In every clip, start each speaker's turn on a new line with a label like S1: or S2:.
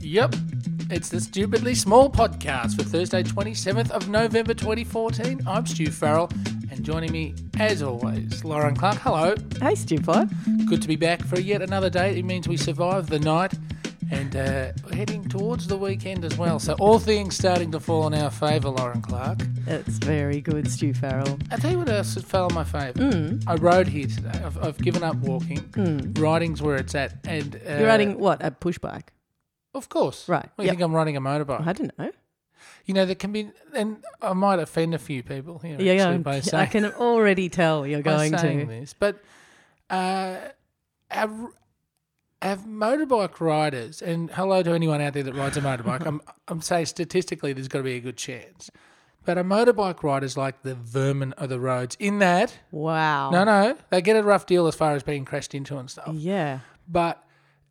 S1: Yep. It's the Stupidly Small podcast for Thursday, 27th of November 2014. I'm Stu Farrell, and joining me, as always, Lauren Clark. Hello.
S2: Hey, Stupid.
S1: Good to be back for yet another day. It means we survived the night and uh, we're heading towards the weekend as well. So, all things starting to fall in our favour, Lauren Clark.
S2: It's very good, Stu Farrell.
S1: I tell you what else fell in my favour.
S2: Hmm.
S1: I rode here today. I've, I've given up walking. Riding's where it's at. And uh,
S2: You're riding what? A pushback?
S1: Of course.
S2: Right.
S1: Well, you
S2: Yep.
S1: think I'm riding a motorbike?
S2: I don't know.
S1: You know, there can be, and I might offend a few people here
S2: Yeah,
S1: actually
S2: yeah,
S1: by,
S2: I'm-
S1: say,
S2: I can already tell you're
S1: by
S2: going
S1: saying
S2: to.
S1: this, but uh, have, have motorbike riders, and hello to anyone out there that rides a motorbike, I'm, I'm saying statistically there's got to be a good chance. But a motorbike rider's like the vermin of the roads in that,
S2: Wow.
S1: no, no, they get a rough deal as far as being crashed into and stuff
S2: Yeah.
S1: but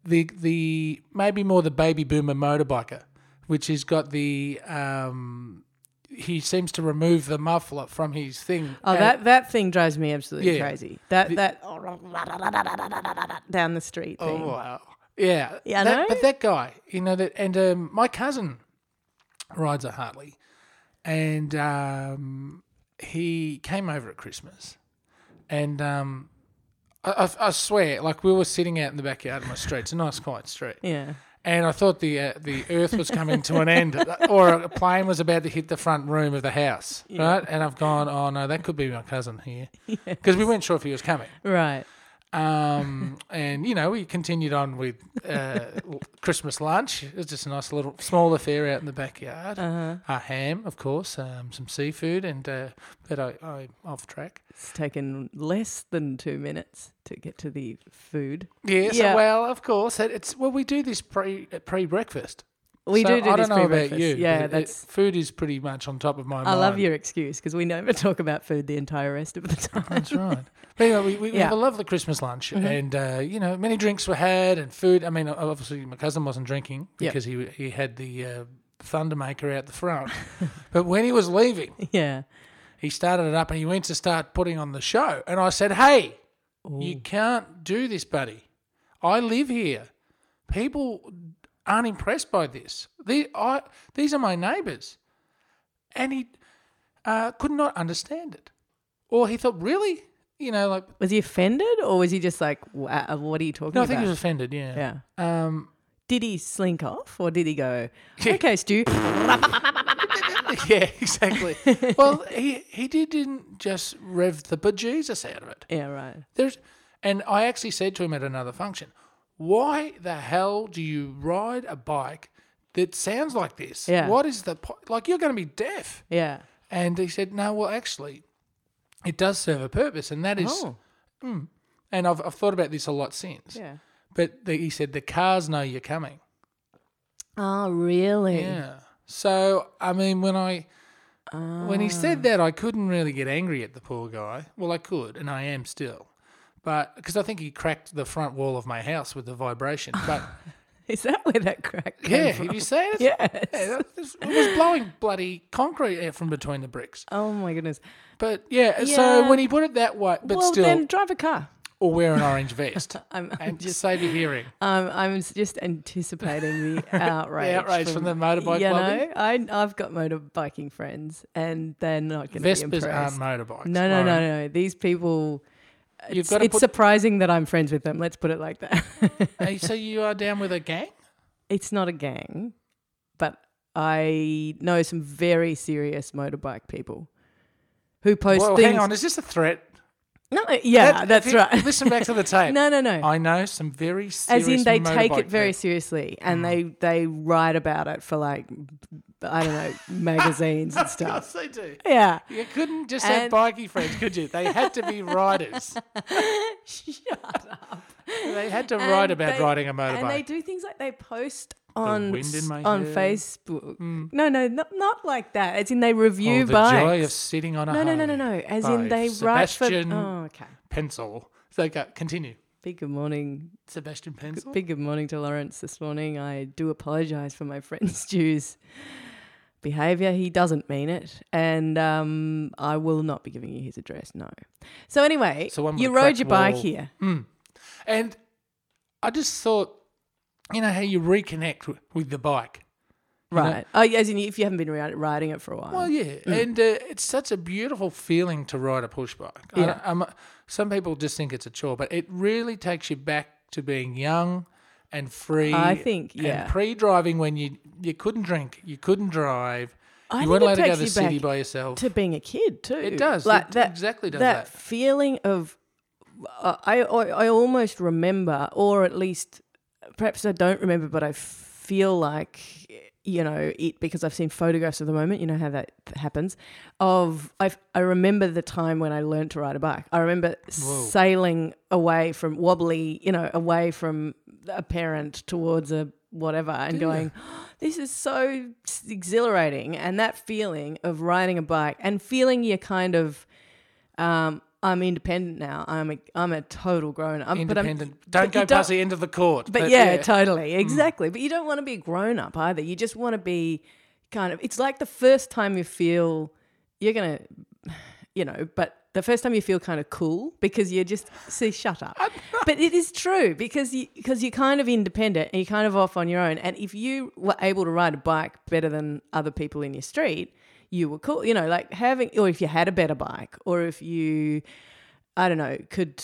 S1: the the maybe more the baby boomer motorbiker, which has got the um, he seems to remove the muffler from his thing.
S2: Oh,
S1: And-
S2: that, that thing drives me absolutely
S1: Yeah.
S2: crazy. That that down the street
S1: oh,
S2: thing.
S1: wow, yeah,
S2: Yeah, I
S1: That-
S2: know.
S1: But that guy, you know that, and um, my cousin rides a Hartley, and um, he came over at Christmas, and um, I, I, I swear, like we were sitting out in the backyard of my street. It's a nice, quiet street.
S2: Yeah.
S1: and I thought the uh, the earth was coming to an end, or a plane was about to hit the front room of the house, right? And I've gone, oh no, that could be my cousin here, because we weren't sure if he was coming.
S2: Right.
S1: Um, and you know, we continued on with uh, l- Christmas lunch. It was just a nice little small affair out in the backyard.
S2: Uh-huh.
S1: uh A ham, of course, um, some seafood, and uh, but I, I'm off track.
S2: It's taken less than two minutes to get to the food.
S1: Yes,
S2: Yeah.
S1: well, of course, it, it's well, we do this pre uh, pre breakfast.
S2: We
S1: So
S2: do do
S1: I
S2: this
S1: don't know about
S2: pre-breakfast.
S1: you.
S2: Yeah,
S1: but it-
S2: that's.
S1: food is pretty much on top of my mind.
S2: I love your excuse because we never talk about food the entire rest of the time.
S1: That's right. But anyway, we, we, we
S2: Yeah. Mm-hmm.
S1: have a lovely Christmas lunch, and uh, you know, many drinks were had and food. I mean, obviously, my cousin wasn't drinking
S2: Yep.
S1: because he he had the uh, Thundermaker out the front. but when he was leaving,
S2: yeah.
S1: he started it up and he went to start putting on the show, and I said, "Hey, you can't do this, buddy. I live here. People aren't impressed by this. The, I, these are my neighbours. And he uh, could not understand it. Or he thought, really? You know, like,
S2: Was he offended or was he just like, wow, what are you talking
S1: no, I
S2: about?
S1: think he was offended, yeah.
S2: yeah.
S1: Yeah. Um,
S2: Did he slink off or did he go, okay, Stu?
S1: yeah, exactly. well, he, he didn't just rev the bejesus out of it.
S2: yeah, right.
S1: There's, and I actually said to him at another function, "Why the hell do you ride a bike that sounds like this?
S2: Yeah.
S1: What is the po- like? You're going to be deaf."
S2: Yeah.
S1: And he said, "No, well, actually, it does serve a purpose, and that is." hmm,
S2: Oh,
S1: And I've, I've thought about this a lot since.
S2: yeah.
S1: But the, he said the cars know you're coming.
S2: Oh, really?
S1: Yeah. So I mean, when I when he said that, I couldn't really get angry at the poor guy. Well, I could, and I am still, but because I think he cracked the front wall of my house with the vibration. But
S2: Is that where that crack came
S1: yeah,
S2: from?
S1: have you seen it?
S2: Yes.
S1: Yeah, that- this- it was blowing bloody concrete out from between the bricks.
S2: Oh, my goodness.
S1: But yeah,
S2: Yeah.
S1: so when he put it that way, but
S2: well,
S1: still,
S2: then drive a car.
S1: or wear an orange vest
S2: I'm, I'm
S1: and
S2: just.
S1: just save your hearing.
S2: Um, I'm just anticipating the outrage.
S1: outrage from the motorbike
S2: You
S1: lobby?
S2: know, I, I've got motorbiking friends, and they're not going to be impressed.
S1: Vespers aren't motorbikes.
S2: no, no, no,
S1: Lauren.
S2: no. These people. It's,
S1: You've got to
S2: it's
S1: put.
S2: surprising that I'm friends with them. Let's put it like that.
S1: Hey, so you are down with a gang.
S2: it's not a gang, but I know some very serious motorbike people who post
S1: Well,
S2: things.
S1: hang on. Is this a threat?
S2: No, yeah,
S1: That-
S2: that's
S1: if you-
S2: right.
S1: Listen back to the tape.
S2: no, no, no.
S1: I know some very serious.
S2: As in, they
S1: motorbike
S2: take
S1: Mm.
S2: it very
S1: people.
S2: seriously and they they write about it for like I don't know magazines and stuff.
S1: Yes, they do.
S2: Yeah,
S1: You couldn't just
S2: And-
S1: have bikey friends, could you? They had to be riders.
S2: shut up.
S1: They had to write
S2: And
S1: about
S2: they-
S1: riding a
S2: And they
S1: motorbike.
S2: do things like they post on
S1: wind in
S2: s-
S1: my
S2: on
S1: hair. Mm.
S2: Facebook. No, no, not, not like that. It's in they review
S1: oh, the
S2: bikes.
S1: joy of sitting on a
S2: no, no, no, no,
S1: Harley
S2: no. As
S1: by
S2: in they
S1: Sebastian-
S2: write for. Oh, okay.
S1: Pencil. So go, continue.
S2: Big good morning.
S1: Sebastian Pencil.
S2: Big good morning to Lawrence this morning. I do apologise for my friend Stu's behaviour. He doesn't mean it, and um, I will not be giving you his address. No. So anyway,
S1: So one with
S2: you
S1: a
S2: rode
S1: cracked
S2: your bike
S1: wall.
S2: here.
S1: And I just thought you know how you reconnect w- with the bike. you know?
S2: Right. Oh, yeah, as in if you haven't been ri- riding it for a while.
S1: Well, yeah,
S2: Mm.
S1: and uh, it's such a beautiful feeling to ride a push bike. I-
S2: Yeah.
S1: I'm- some people just think it's a chore, but it really takes you back to being young and free.
S2: I think, yeah.
S1: And pre-driving when you you couldn't drink, you couldn't drive,
S2: I
S1: you
S2: think
S1: weren't
S2: it
S1: allowed to go to
S2: takes
S1: the
S2: you
S1: city
S2: back
S1: by yourself.
S2: to being a kid too.
S1: It does.
S2: Like
S1: It
S2: that
S1: exactly does that.
S2: feeling of uh, I, I I almost remember, or at least perhaps I don't remember, but I feel like you know it because I've seen photographs of the moment. You know how that happens. Of I I remember the time when I learned to ride a bike. I remember sailing away from wobbly, you know, away from a parent towards a whatever and going this is so exhilarating and that feeling of riding a bike and feeling you're kind of um, I'm independent now. I'm a I'm a total grown up.
S1: Independent.
S2: But I'm,
S1: don't
S2: but you
S1: go past the end of the court.
S2: But, yeah, Mm. totally, exactly. But you don't want to be a grown up either. You just want to be kind of. It's like the first time you feel you're gonna, you know, but. The first time you feel kind of cool because you just see, shut up. But it is true because you because you're kind of independent and you're kind of off on your own. And if you were able to ride a bike better than other people in your street, you were cool. You know, like having or if you had a better bike or if you I don't know, could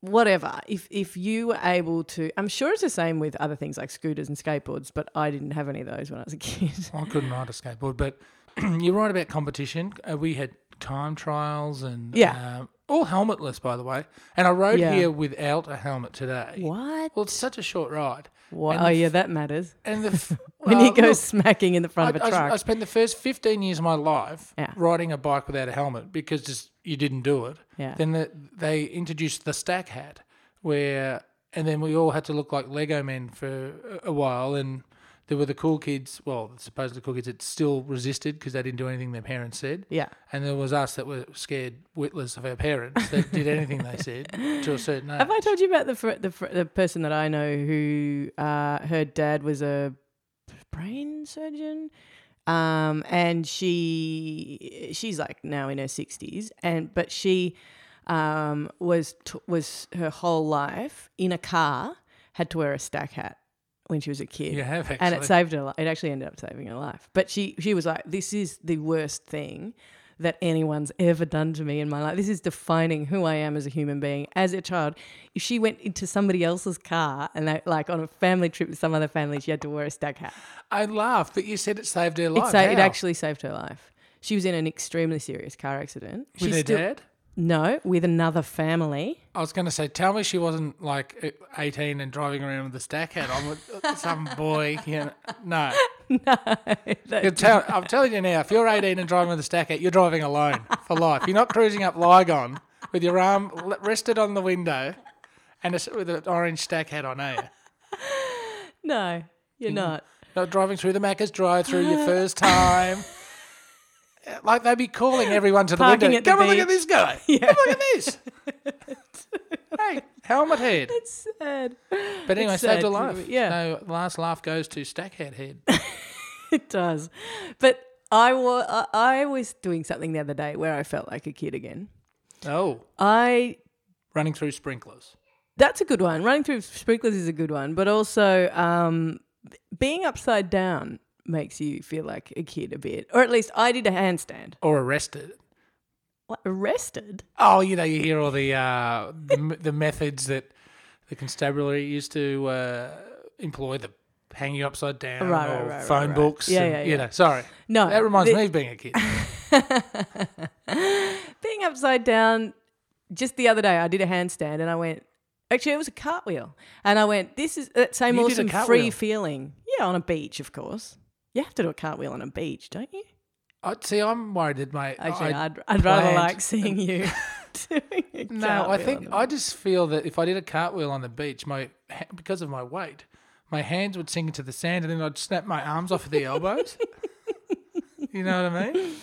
S2: whatever. If if you were able to, I'm sure it's the same with other things like scooters and skateboards, but I didn't have any of those when I was a kid.
S1: I couldn't ride a skateboard, but you're right about competition. Uh, we had time trials and
S2: Yeah.
S1: uh, all helmetless, by the way. And I rode
S2: Yeah.
S1: here without a helmet today.
S2: What?
S1: Well, it's such a short ride.
S2: Wha-
S1: And
S2: Oh
S1: the
S2: yeah,
S1: f-
S2: that matters.
S1: And the f-
S2: When
S1: well,
S2: he goes
S1: look,
S2: smacking in the front of
S1: I,
S2: a
S1: I,
S2: truck.
S1: I spent the first 15 years of my life
S2: Yeah.
S1: riding a bike without a helmet because just you didn't do it.
S2: Yeah.
S1: Then the, they introduced the stack hat, where and then we all had to look like Lego men for a- a while, and there were the cool kids. Well, supposedly cool kids that still resisted because they didn't do anything their parents said.
S2: yeah.
S1: And there was us that were scared witless of our parents that did anything they said to a certain age.
S2: Have I told you about the fr- the, fr- the person that I know who uh, her dad was a brain surgeon, um, and she she's like now in her sixties, and but she um, was t- was her whole life in a car had to wear a stack hat when she was a kid.
S1: You have actually.
S2: And it saved her. li- It actually ended up saving her life. But she she was like, "This is the worst thing that anyone's ever done to me in my life. This is defining who I am as a human being. As a child, if she went into somebody else's car and they, like on a family trip with some other family, she had to wear a stag hat.
S1: I laughed, but you said it saved her
S2: It,
S1: life.
S2: sa- it
S1: How?
S2: actually saved her life. She was in an extremely serious car accident.
S1: with
S2: She's
S1: her
S2: still-
S1: dad.
S2: No, with another family.
S1: I was going to say, tell me she wasn't like 18 and driving around with a stack hat on with uh, some boy. You know. No. You're tell- I'm telling you now, if you're 18 and driving with a stack hat, you're driving alone for life. You're not cruising up Lygon with your arm l- rested on the window and a s with an orange stack hat on, are you?
S2: No, you're not.
S1: Not driving through the Macca's drive through your first time. Like they'd be calling everyone to the
S2: Parking
S1: window.
S2: at the
S1: Come and look at
S2: beach."
S1: this guy. Come look at this. hey, helmet head.
S2: Sad.
S1: But anyway,
S2: It's
S1: saved
S2: sad
S1: a
S2: to
S1: life.
S2: be- yeah.
S1: So the last laugh goes to Stackhead Head.
S2: It does. But I wa- I I was doing something the other day where I felt like a kid again.
S1: oh,
S2: I
S1: running through sprinklers.
S2: that's a good one. Running through sprinklers is a good one, but also um, being upside down makes you feel like a kid a bit, or at least I did a handstand.
S1: Or arrested.
S2: What, arrested?
S1: Oh, you know, you hear all the uh, the, m- the methods that the constabulary used to uh, employ the hang you upside down
S2: Right, right,
S1: or
S2: right, right,
S1: phone
S2: right.
S1: books.
S2: Yeah,
S1: and,
S2: yeah,
S1: You
S2: yeah.
S1: know, sorry.
S2: No,
S1: That reminds
S2: the-
S1: me of being a kid.
S2: being upside down just the other day i did a handstand and i went actually it was a cartwheel and i went this is that same
S1: You did a
S2: awesome
S1: cartwheel?
S2: free feeling yeah on a beach of course you have to do a cartwheel on a beach don't you
S1: I see. I'm worried that my
S2: actually
S1: Oh, I-
S2: I, would I'd rather
S1: planned-
S2: like seeing you doing a
S1: no. I
S2: cartwheel
S1: think
S2: on a-
S1: I just feel that if I did a cartwheel on the beach, my ha- because of my weight, my hands would sink into the sand, and then I'd snap my arms off at the elbows. you know what I mean?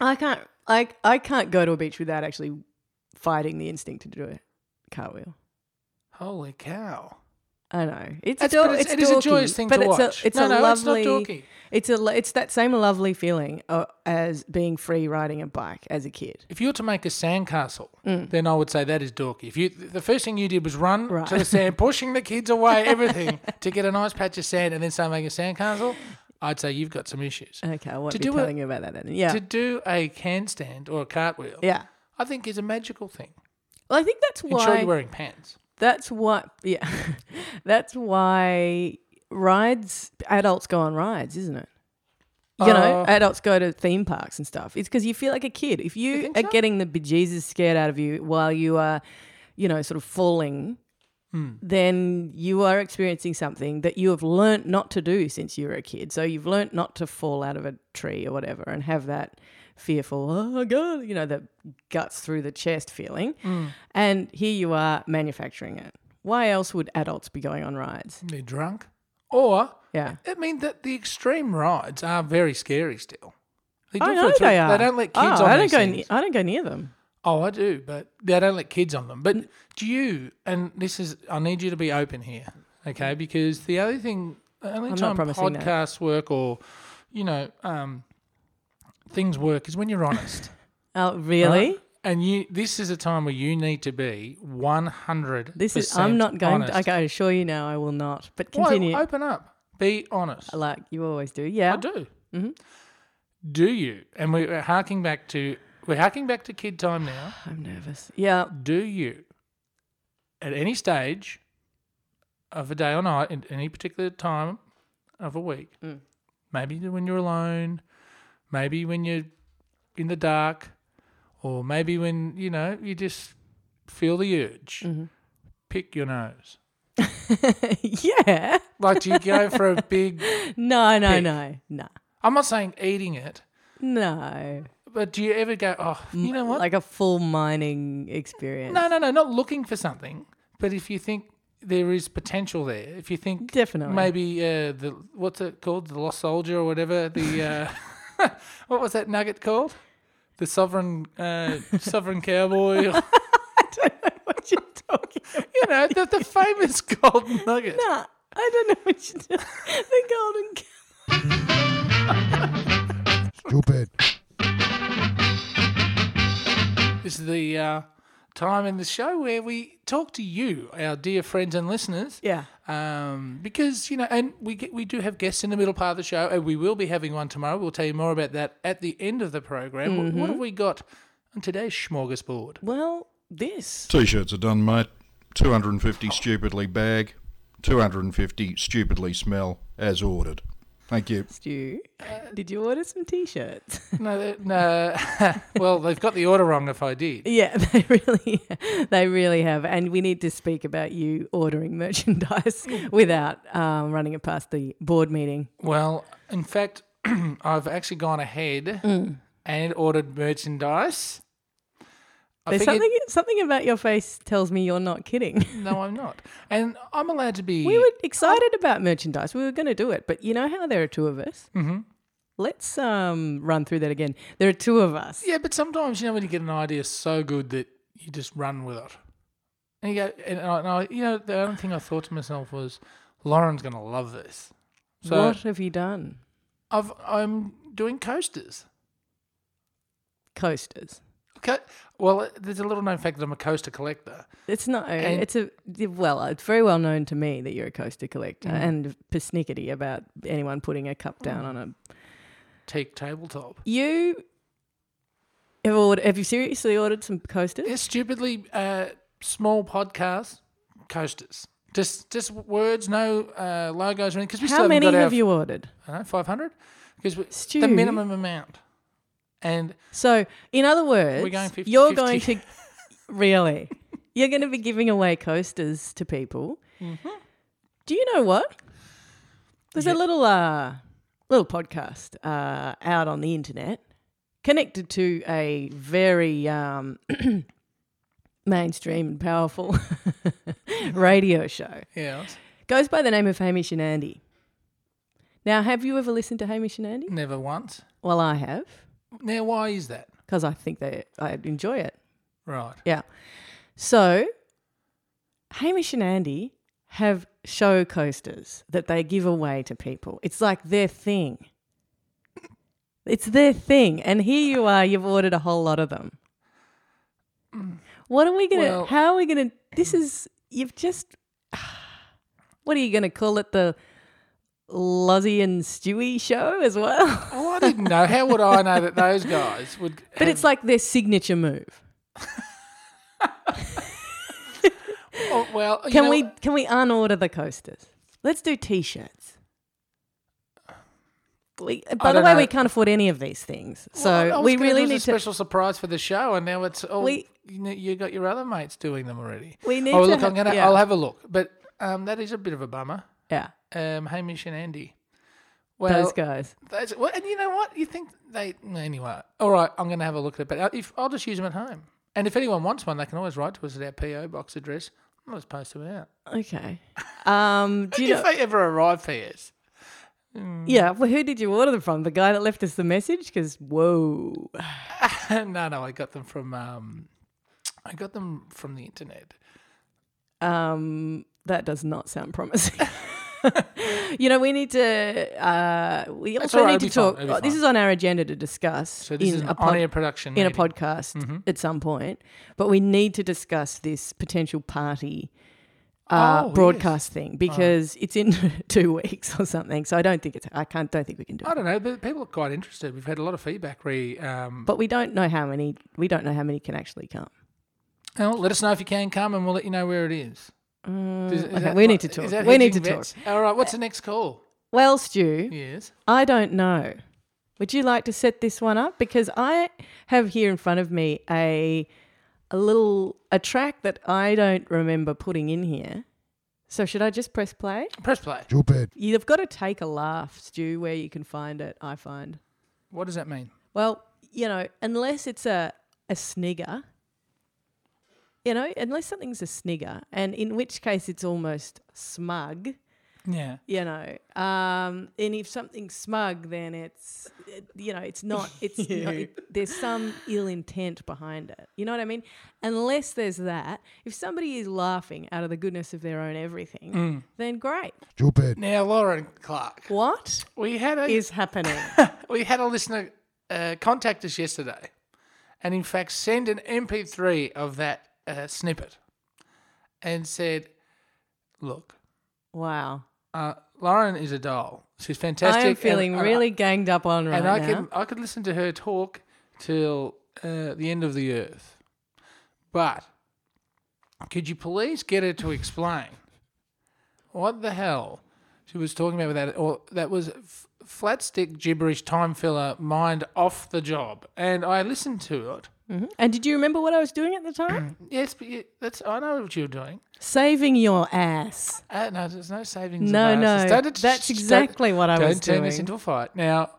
S2: I can't I, I can't go to a beach without actually fighting the instinct to do a cartwheel
S1: Holy cow!
S2: I know. It's,
S1: That's-
S2: dor-
S1: but it's-
S2: it's
S1: it is a
S2: dorky,
S1: joyous thing
S2: but
S1: to
S2: it's
S1: watch.
S2: A, it's
S1: No,
S2: a
S1: no, it's not
S2: lovely.
S1: dorky.
S2: it's a. lo- It's that same lovely feeling uh, as being free riding a bike as a kid.
S1: If you were to make a sandcastle,
S2: Mm.
S1: then I would say that is dorky. If you, the first thing you did was run
S2: Right.
S1: to the sand, pushing the kids away, everything to get a nice patch of sand, and then start making a sandcastle, I'd say you've got some issues.
S2: Okay, I won't
S1: To
S2: be
S1: do a-
S2: telling you about that then. Yeah,
S1: To do a can stand or a cartwheel,
S2: yeah.
S1: I think is a magical thing.
S2: Well, I think that's
S1: Ensure
S2: why.
S1: you're wearing pants.
S2: that's why. Yeah, that's why rides. Adults go on rides, isn't it? You know,
S1: Uh,
S2: adults go to theme parks and stuff. It's because you feel like a kid. If you,
S1: think
S2: are
S1: so?
S2: getting the bejesus scared out of you while you are, you know, sort of falling, Hmm. then you are experiencing something that you have learnt not to do since you were a kid. So you've learnt not to fall out of a tree or whatever and have that fearful, oh my God, you know, the guts through the chest feeling. And here you are manufacturing it. Why else would adults be going on rides?
S1: They're drunk, or
S2: Yeah.
S1: I mean that the extreme rides are very scary still. They do
S2: I
S1: feel
S2: know
S1: threat-
S2: they are.
S1: They don't let kids
S2: oh,
S1: on
S2: I don't
S1: these
S2: go.
S1: things.
S2: ne- I don't go near them.
S1: Oh, I do, but they don't let kids on them.
S2: Mm.
S1: But do you? And this is, I need you to be open here, okay? Because the other thing, the only
S2: not
S1: time
S2: promising that.
S1: podcasts work or, you know, um, things work is when you're honest.
S2: Oh, really?
S1: right? Uh, And you, this is a time where you need to be one hundred.
S2: This is. I'm not going. To, I can assure you now, I will not. But continue.
S1: Why, open up. Be honest.
S2: like you always do. Yeah.
S1: I do.
S2: Mm-hmm.
S1: Do you? And we- we're harking back to we're harking back to kid time now.
S2: I'm nervous. Yeah.
S1: Do you, at any stage of a day or night, in any particular time of a week, maybe when you're alone, maybe when you're in the dark, or maybe when you know you just feel the urge, pick your nose.
S2: yeah.
S1: Like, do you go for a big?
S2: No. No.
S1: Pick.
S2: No. No.
S1: I'm not saying eating it,
S2: No.
S1: but do you ever go? Oh, you know what?
S2: Like a full mining experience.
S1: No, no, no, not looking for something. But if you think there is potential there, if you think
S2: Definitely.
S1: maybe uh, the what's it called, the lost soldier or whatever, the uh, what was that nugget called, the sovereign uh, sovereign cowboy, or-
S2: I don't know what you're talking. About.
S1: you know, the, the famous gold nugget.
S2: Nah, I don't know what you're talking. the golden. cow.
S3: Stupid.
S1: This is the uh, time in the show where we talk to you, our dear friends and listeners.
S2: Yeah.
S1: um, because you know, and we get, we do have guests in the middle part of the show, and we will be having one tomorrow. We'll tell you more about that at the end of the program. What- What, have we got on today's smorgasbord?
S2: Well, this.
S4: T-shirts are done, mate. 250 stupidly bag, 250 stupidly smell, as ordered. Thank you.
S2: Stu, did you order some t-shirts?
S1: No, they- no. well, they've got the order wrong. If I did,
S2: Yeah, they really, they really have, and we need to speak about you ordering merchandise without um, running it past the board meeting.
S1: well, in fact, I've actually gone ahead
S2: Mm.
S1: and ordered merchandise. I
S2: There's
S1: figured-
S2: something, something about your face tells me you're not kidding.
S1: No, I'm not, and I'm allowed to be.
S2: We were excited about merchandise. We were going to do it, but you know how there are two of us. Mm-hmm. Let's um, run through that again. There are two of us.
S1: Yeah, but sometimes you know when you get an idea so good that you just run with it, and you go, and I, and I- you know, the only thing I thought to myself was, Lauren's going to love this. So
S2: what have you done,
S1: I've, I'm doing coasters.
S2: coasters?
S1: Okay, well, there's a little known fact that I'm a coaster collector.
S2: It's not. uh,
S1: And-
S2: it's a well. It's very well known to me that you're a coaster collector
S1: Mm.
S2: and persnickety about anyone putting a cup down on a
S1: Teak tabletop.
S2: You have ordered, have you seriously ordered some coasters?
S1: They're stupidly uh, small podcast coasters. Just just words, no uh, logos or anything. Because we
S2: How
S1: still
S2: many
S1: haven't got
S2: have
S1: our,
S2: you ordered?
S1: I don't know, 500? Because
S2: Stu.
S1: the minimum amount. And
S2: So, in other words,
S1: We're going 50,
S2: you're
S1: 50.
S2: going to really, you're going to be giving away coasters to people.
S1: Mm-hmm.
S2: Do you know what? There's a little uh, little podcast uh, out on the internet connected to a very um, mainstream and powerful radio show.
S1: yeah,
S2: goes by the name of Hamish and Andy. Now, have you ever listened to Hamish and Andy?
S1: never once.
S2: Well, I have
S1: Now, why is that?
S2: because I think they I enjoy it.
S1: Right.
S2: Yeah. So, Hamish and Andy have show coasters that they give away to people. It's like their thing. It's their thing. And here you are, you've ordered a whole lot of them. What are we going to,
S1: Well-
S2: how are we going to, this is, you've just, what are you going to call it? The Lozzie and Stewie show as well?
S1: Oh, I didn't know. How would I know that those guys would?
S2: But it's like their signature move.
S1: oh, well, you
S2: Can
S1: know-
S2: we can we unorder the coasters? Let's do t-shirts. We, by the
S1: don't
S2: way,
S1: know.
S2: we can't afford any of these things, so
S1: Well, I was
S2: we
S1: gonna do
S2: really
S1: as a
S2: need to.
S1: special surprise for the show, and now it's all
S2: We-
S1: you, know, you got your other mates doing them already.
S2: We need
S1: oh,
S2: to
S1: look,
S2: have-
S1: I'm gonna,
S2: yeah.
S1: I'll have a look. But um, that is a bit of a bummer.
S2: yeah,
S1: Um, Hamish and Andy. Well,
S2: those guys.
S1: those- well, and you know what? You think they anyway? All right, I'm gonna have a look at it. But uh, if I'll just use them at home, and if anyone wants one, they can always write to us at our PO box address. I'll just post them out.
S2: Okay. Um, do you
S1: if
S2: know?
S1: they ever arrive, PS.
S2: Yeah. Well, who did you order them from? The guy that left us the message? Because whoa.
S1: no, no, I got them from um, I got them from the internet.
S2: Um, that does not sound promising. you know, we need to. Uh, we
S1: That's
S2: also
S1: all right,
S2: need to
S1: it'll be
S2: talk.
S1: fine, it'll be
S2: This
S1: fine.
S2: is on our agenda to discuss
S1: So this
S2: in
S1: is an
S2: a pod-
S1: on-air production
S2: in a
S1: meeting.
S2: podcast
S1: Mm-hmm.
S2: at some point, but we need to discuss this potential party uh,
S1: Oh, yes.
S2: broadcast thing because it's in two weeks or something. So I don't think it's. I can't. Don't think we can do
S1: I
S2: it.
S1: don't know, but people are quite interested. We've had a lot of feedback. Re, um,
S2: But we don't know how many. We don't know how many can actually come.
S1: well, let us know if you can come, and we'll let you know where it is. Is- is
S2: Mm, okay,
S1: that
S2: we need to
S1: is
S2: talk.
S1: that
S2: We need
S1: hedging
S2: to
S1: bets? All right, what's the next call?
S2: Well, Stu,
S1: Yes.
S2: I don't know. Would you like to set this one up? Because I have here in front of me a a little a track that I don't remember putting in here. So should I just press play?
S1: Press play.
S2: You've got to take a laugh, Stu, where you can find it, I find.
S1: What does that mean?
S2: Well, you know, unless it's a, a snigger, you know, unless something's a snigger, and in which case it's almost smug,
S1: Yeah.
S2: you know. Um, and if something's smug, then it's, it- you know, it's not, it's not, it, there's some ill intent behind it. You know what I mean? Unless there's that, if somebody is laughing out of the goodness of their own everything, then great.
S1: Now, Lauren Clark,
S2: What
S1: we had a
S2: is happening?
S1: we had a listener uh, contact us yesterday, and in fact send an MP3 of that uh, snippet, and said, "Look,
S2: wow.
S1: uh, Lauren is a doll. She's fantastic.
S2: I am
S1: and-
S2: feeling
S1: and I-
S2: really ganged up on right
S1: and I
S2: now.
S1: can I could listen to her talk till uh, the end of the earth. But could you please get her to explain what the hell she was talking about with that? Or that was f- flat stick gibberish, time filler, mind off the job. And I listened to it.
S2: And did you remember what I was doing at the time?
S1: Yes, but you, that's I know what you're doing.
S2: Saving your ass.
S1: Uh, no, there's no savings.
S2: No,
S1: of asses.
S2: no,
S1: Don't-
S2: that's
S1: don't-
S2: exactly what I
S1: don't
S2: was
S1: turn this
S2: doing.
S1: into a fight now.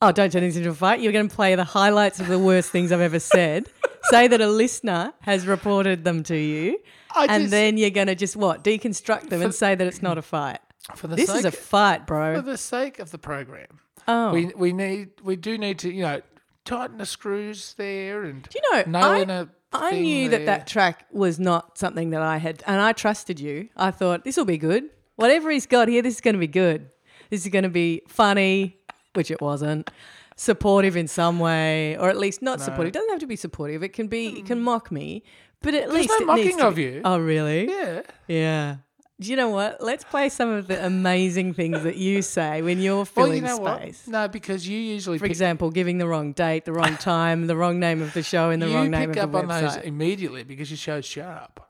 S2: Oh, don't turn this into a fight. You're going to play the highlights of the worst things I've ever said. Say that a listener has reported them to you,
S1: I
S2: and
S1: just-
S2: then you're going to just what deconstruct them and say that it's not a fight.
S1: For the
S2: This
S1: sake
S2: is a fight,
S1: for
S2: bro.
S1: the sake of the program,
S2: Oh,
S1: we we need we do need to you know tighten the screws there and
S2: Do you know,
S1: nail
S2: I-
S1: in a
S2: I
S1: thing
S2: knew that
S1: there.
S2: that track was not something that I had, and I trusted you. I thought this will be good. Whatever he's got here, this is going to be good. This is going to be funny, which it wasn't. Supportive in some way, or at least not supportive. It doesn't have to be supportive. It can be. It can mock me, but at least
S1: Hmm. no
S2: it needs
S1: mocking
S2: to
S1: of
S2: be-
S1: you.
S2: Oh, really?
S1: yeah
S2: Yeah. Do you know what? Let's play some of the amazing things that you say when you're
S1: well
S2: filling
S1: you know
S2: space.
S1: what no because you usually
S2: For
S1: pick,
S2: example, giving the wrong date, the wrong time, the wrong name of the show, and the
S1: you
S2: wrong name
S1: pick
S2: of
S1: up on
S2: the website.
S1: those immediately because your show's sharp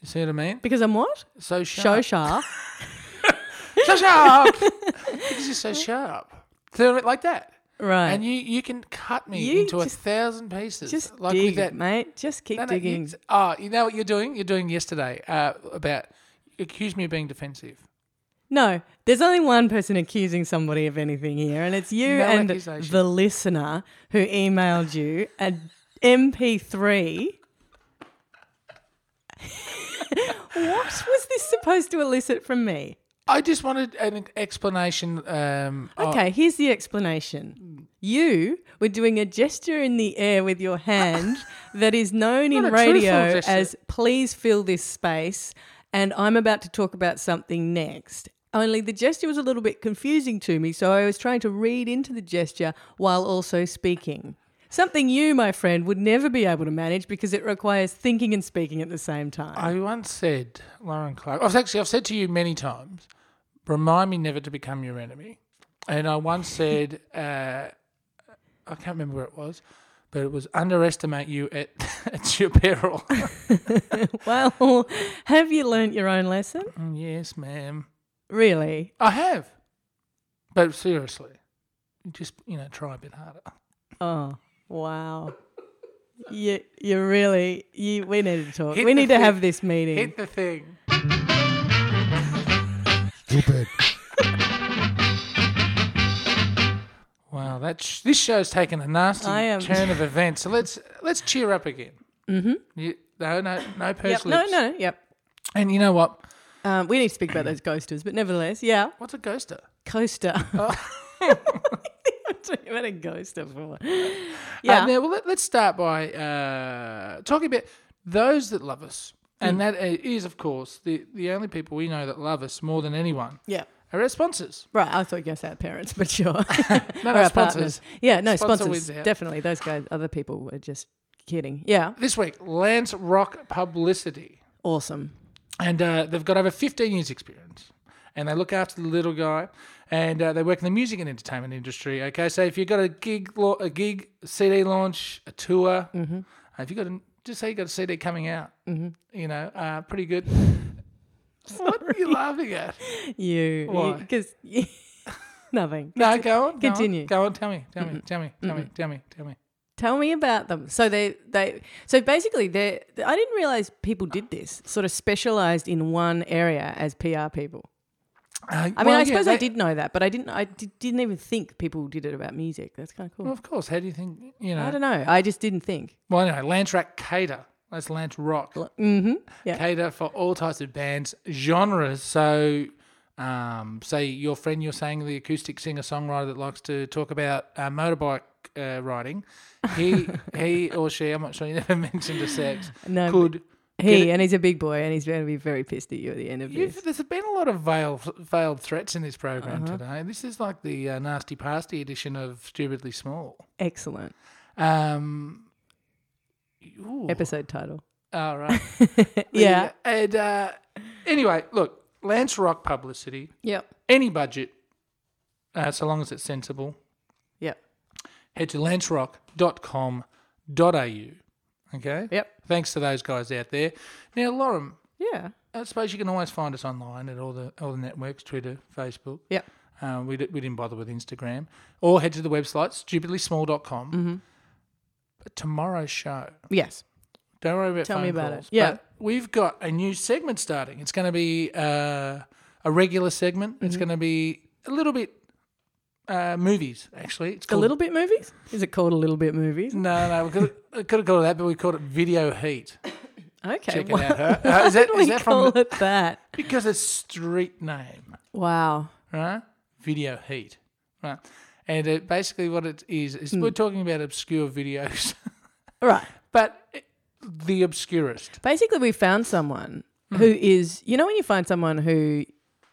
S1: you see what I mean
S2: Because I'm what?
S1: so
S2: Show
S1: sharp
S2: sharp.
S1: so sharp because you're so sharp so like that
S2: Right.
S1: and you you can cut me
S2: You
S1: into
S2: just-
S1: a thousand pieces
S2: just
S1: like
S2: dig,
S1: with that
S2: mate. Just keep
S1: No, no,
S2: digging.
S1: you, oh you know what you're doing you're doing yesterday uh, about you accused me of being defensive
S2: no, there's only one person accusing somebody of anything here, and it's you
S1: No
S2: and
S1: accusation.
S2: the listener who emailed you an MP3. what was this supposed to elicit from me?
S1: I just wanted an explanation. Um, of-
S2: Okay, here's the
S1: Hmm.
S2: explanation. You were doing a gesture in the air with your hand that is known in
S1: Not a truthful
S2: radio
S1: gesture.
S2: as please fill this space and I'm about to talk about something next. Only the gesture was a little bit confusing to me, so I was trying to read into the gesture while also speaking. Something you, my friend, would never be able to manage because it requires thinking and speaking at the same time.
S1: I once said, Lauren Clark. I've actually I've said to you many times, remind me never to become your enemy. And I once said, uh, I can't remember where it was, but it was underestimate you at at your peril.
S2: well, have you learnt your own lesson?
S1: Mm, yes, ma'am.
S2: Really?
S1: I have, but seriously, just you know, try a bit harder.
S2: Oh, wow. You, you really, you, we need to talk.
S1: Hit
S2: we
S1: the
S2: need to
S1: thing.
S2: have this meeting.
S1: Hit the thing.
S3: Stupid.
S1: Wow, that sh- this show's taken a nasty
S2: I am-
S1: turn of events. So let's let's cheer up again. Mm-hmm. You, no, no, no
S2: yep.
S1: purse
S2: No,
S1: lips.
S2: no, yep.
S1: And you know what?
S2: Um, we need to speak about those coasters, but nevertheless, yeah.
S1: What's a ghoster? Uh,
S2: Coaster. I'm talking about a coaster for. Yeah.
S1: Uh, now, well, let, us start by uh, talking about those that love us,
S2: Mm.
S1: and that that is, of course, the the only people we know that love us more than anyone
S2: yeah.
S1: are our sponsors.
S2: Right, I thought you guys had parents, but sure. no,
S1: no, sponsors.
S2: Yeah, no,
S1: Sponsor
S2: sponsors.
S1: wins out.
S2: Definitely. Those guys, other people were just kidding. Yeah.
S1: This week, Lance Rock Publicity.
S2: Awesome.
S1: and uh, they've got over 15 years experience and they look after the little guy and uh, they work in the music and entertainment industry okay so if you've got a gig lo- a gig cd launch a tour
S2: Mm-hmm.
S1: uh, if you got a, just say you got a cd coming out
S2: Mm-hmm.
S1: you know uh, pretty good what are you laughing at
S2: You.
S1: Why?
S2: Because. nothing.
S1: no go on go on,
S2: Continue.
S1: go on tell me tell me tell me tell me tell me tell me
S2: Tell me about them. So they they so basically they I didn't realize people did this sort of specialized in one area as PR people.
S1: Uh,
S2: I mean,
S1: well,
S2: I
S1: yeah,
S2: suppose I
S1: they-
S2: did know that, but I didn't I did, didn't even think people did it about music. That's kind of cool.
S1: well, of course how do you think you know
S2: I don't know. I just didn't think.
S1: well anyway lance rack cater that's lance rock
S2: Mhm. Yeah.
S1: cater for all types of bands, genres. So, um, say your friend you're saying the acoustic singer songwriter that likes to talk about uh, motorbike uh, riding, he he or she, I'm not sure, you never mentioned a sex,
S2: No, but
S1: could.
S2: He and he's a big boy, and he's going to be very pissed at you at the end of
S1: You've,
S2: this.
S1: there's been a lot of veiled, veiled threats in this program today. This is like the uh, nasty pasty edition of Stupidly Small.
S2: Excellent
S1: Um, ooh,
S2: episode title.
S1: all right.
S2: Yeah.
S1: And uh, anyway, look, Lance Rock publicity.
S2: Yep.
S1: any budget, uh, so long as it's sensible,
S2: Yep.
S1: head to lancerock.com.au. Okay?
S2: Yep.
S1: Thanks to those guys out there. Now, Lauren,
S2: Yeah.
S1: I suppose you can always find us online at all the all the networks Twitter, Facebook.
S2: Yep.
S1: Uh, we, di- we didn't bother with Instagram. Or head to the website, stupidlysmall.com.
S2: Mm-hmm.
S1: But tomorrow's show,
S2: Yes.
S1: don't worry about
S2: Tell
S1: phone
S2: me about it.
S1: calls,
S2: Yeah.
S1: but We've got a new segment starting. It's going to be uh, a regular segment. It's
S2: Mm-hmm.
S1: going to be a little bit uh, movies, actually. It's
S2: A
S1: called,
S2: little bit movies. Is it called a little bit movies?
S1: No, no, we could, we could have called it that, but we called it Video Heat.
S2: Okay.
S1: Check it
S2: why
S1: out. huh? Uh, is that,
S2: do
S1: is
S2: we
S1: that
S2: call
S1: from.
S2: it that?
S1: Because it's street name,
S2: Wow.
S1: right? Video Heat, right? And uh, basically, what it is, is
S2: Hmm.
S1: we're talking about obscure videos,
S2: All right.
S1: but it- the obscurest
S2: Basically, we found someone who is, you know, when you find someone who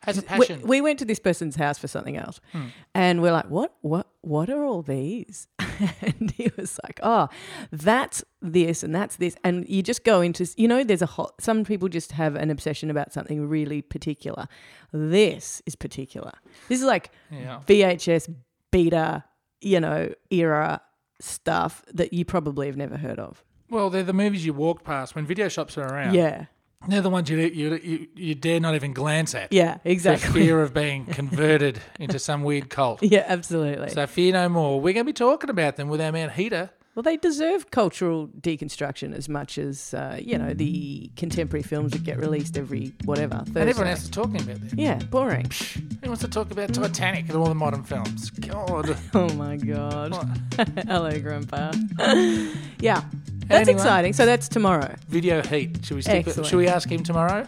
S1: has a
S2: we,
S1: passion.
S2: we went to this person's house for something else, and we're like, "What? What? What are all these?" and he was like, "Oh, that's this and that's this." And you just go into, you know, there's a hot. Some people just have an obsession about something really particular. This is particular. This is like
S1: yeah.
S2: VHS beta, you know, era stuff that you probably have never heard of.
S1: Well, they're the movies you walk past when video shops are around.
S2: Yeah,
S1: They're the ones you you you, you dare not even glance at.
S2: yeah,
S1: For
S2: exactly.
S1: fear of being converted into some weird cult.
S2: Yeah, absolutely.
S1: So fear no more. We're going to be talking about them with our man Heater.
S2: Well, they deserve cultural deconstruction as much as uh, you know the contemporary films that get released every whatever. Thursday.
S1: And everyone else is talking about them.
S2: Yeah, boring.
S1: Who wants to talk about Titanic and all the modern films? God.
S2: Oh my god.
S1: What?
S2: Hello, Grandpa. yeah, that's
S1: Anyway.
S2: exciting. So that's tomorrow.
S1: Video Heat. Should we stick with,
S2: Excellent.
S1: Should we ask him tomorrow?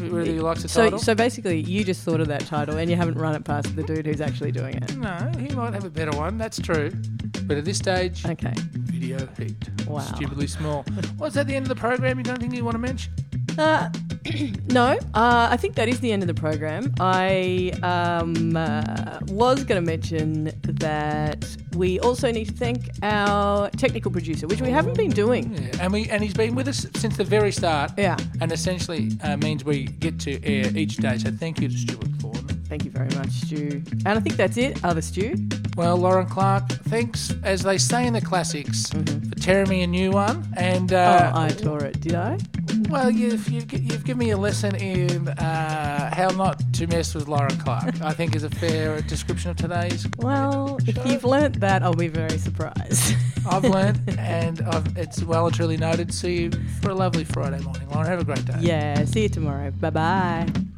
S1: Whether he likes the
S2: So,
S1: title?
S2: so basically, you just thought of that title and you haven't run it past the dude who's actually doing it.
S1: no, he might have a better one. That's true. But at this stage,
S2: Okay.
S1: video heat.
S2: Wow.
S1: Stupidly small. Was that the end of the program? You don't think you want to mention?
S2: Uh, no, uh, I think that is the end of the program. I um, uh, was going to mention that we also need to thank our technical producer, which we haven't been doing.
S1: Yeah, and we and he's been with us since the very start.
S2: Yeah.
S1: and essentially uh, means we get to air each day. So thank you to Stuart Thorne.
S2: Thank you very much, Stu. And I think that's it. Other Stu.
S1: Well, Lauren Clark, thanks as they say in the classics for tearing me a new one. And uh,
S2: Mm-hmm. oh, I tore it. Did I?
S1: well, you've, you've gi- you've given me a lesson in uh, how not to mess with Lauren Clark. I think is a fair description of today's.
S2: Well, if you've learnt that, I'll be very surprised.
S1: I've learned, and I've, it's well and truly noted. See you for a lovely Friday morning, Lauren. Have a great day.
S2: yeah. See you tomorrow. Bye bye.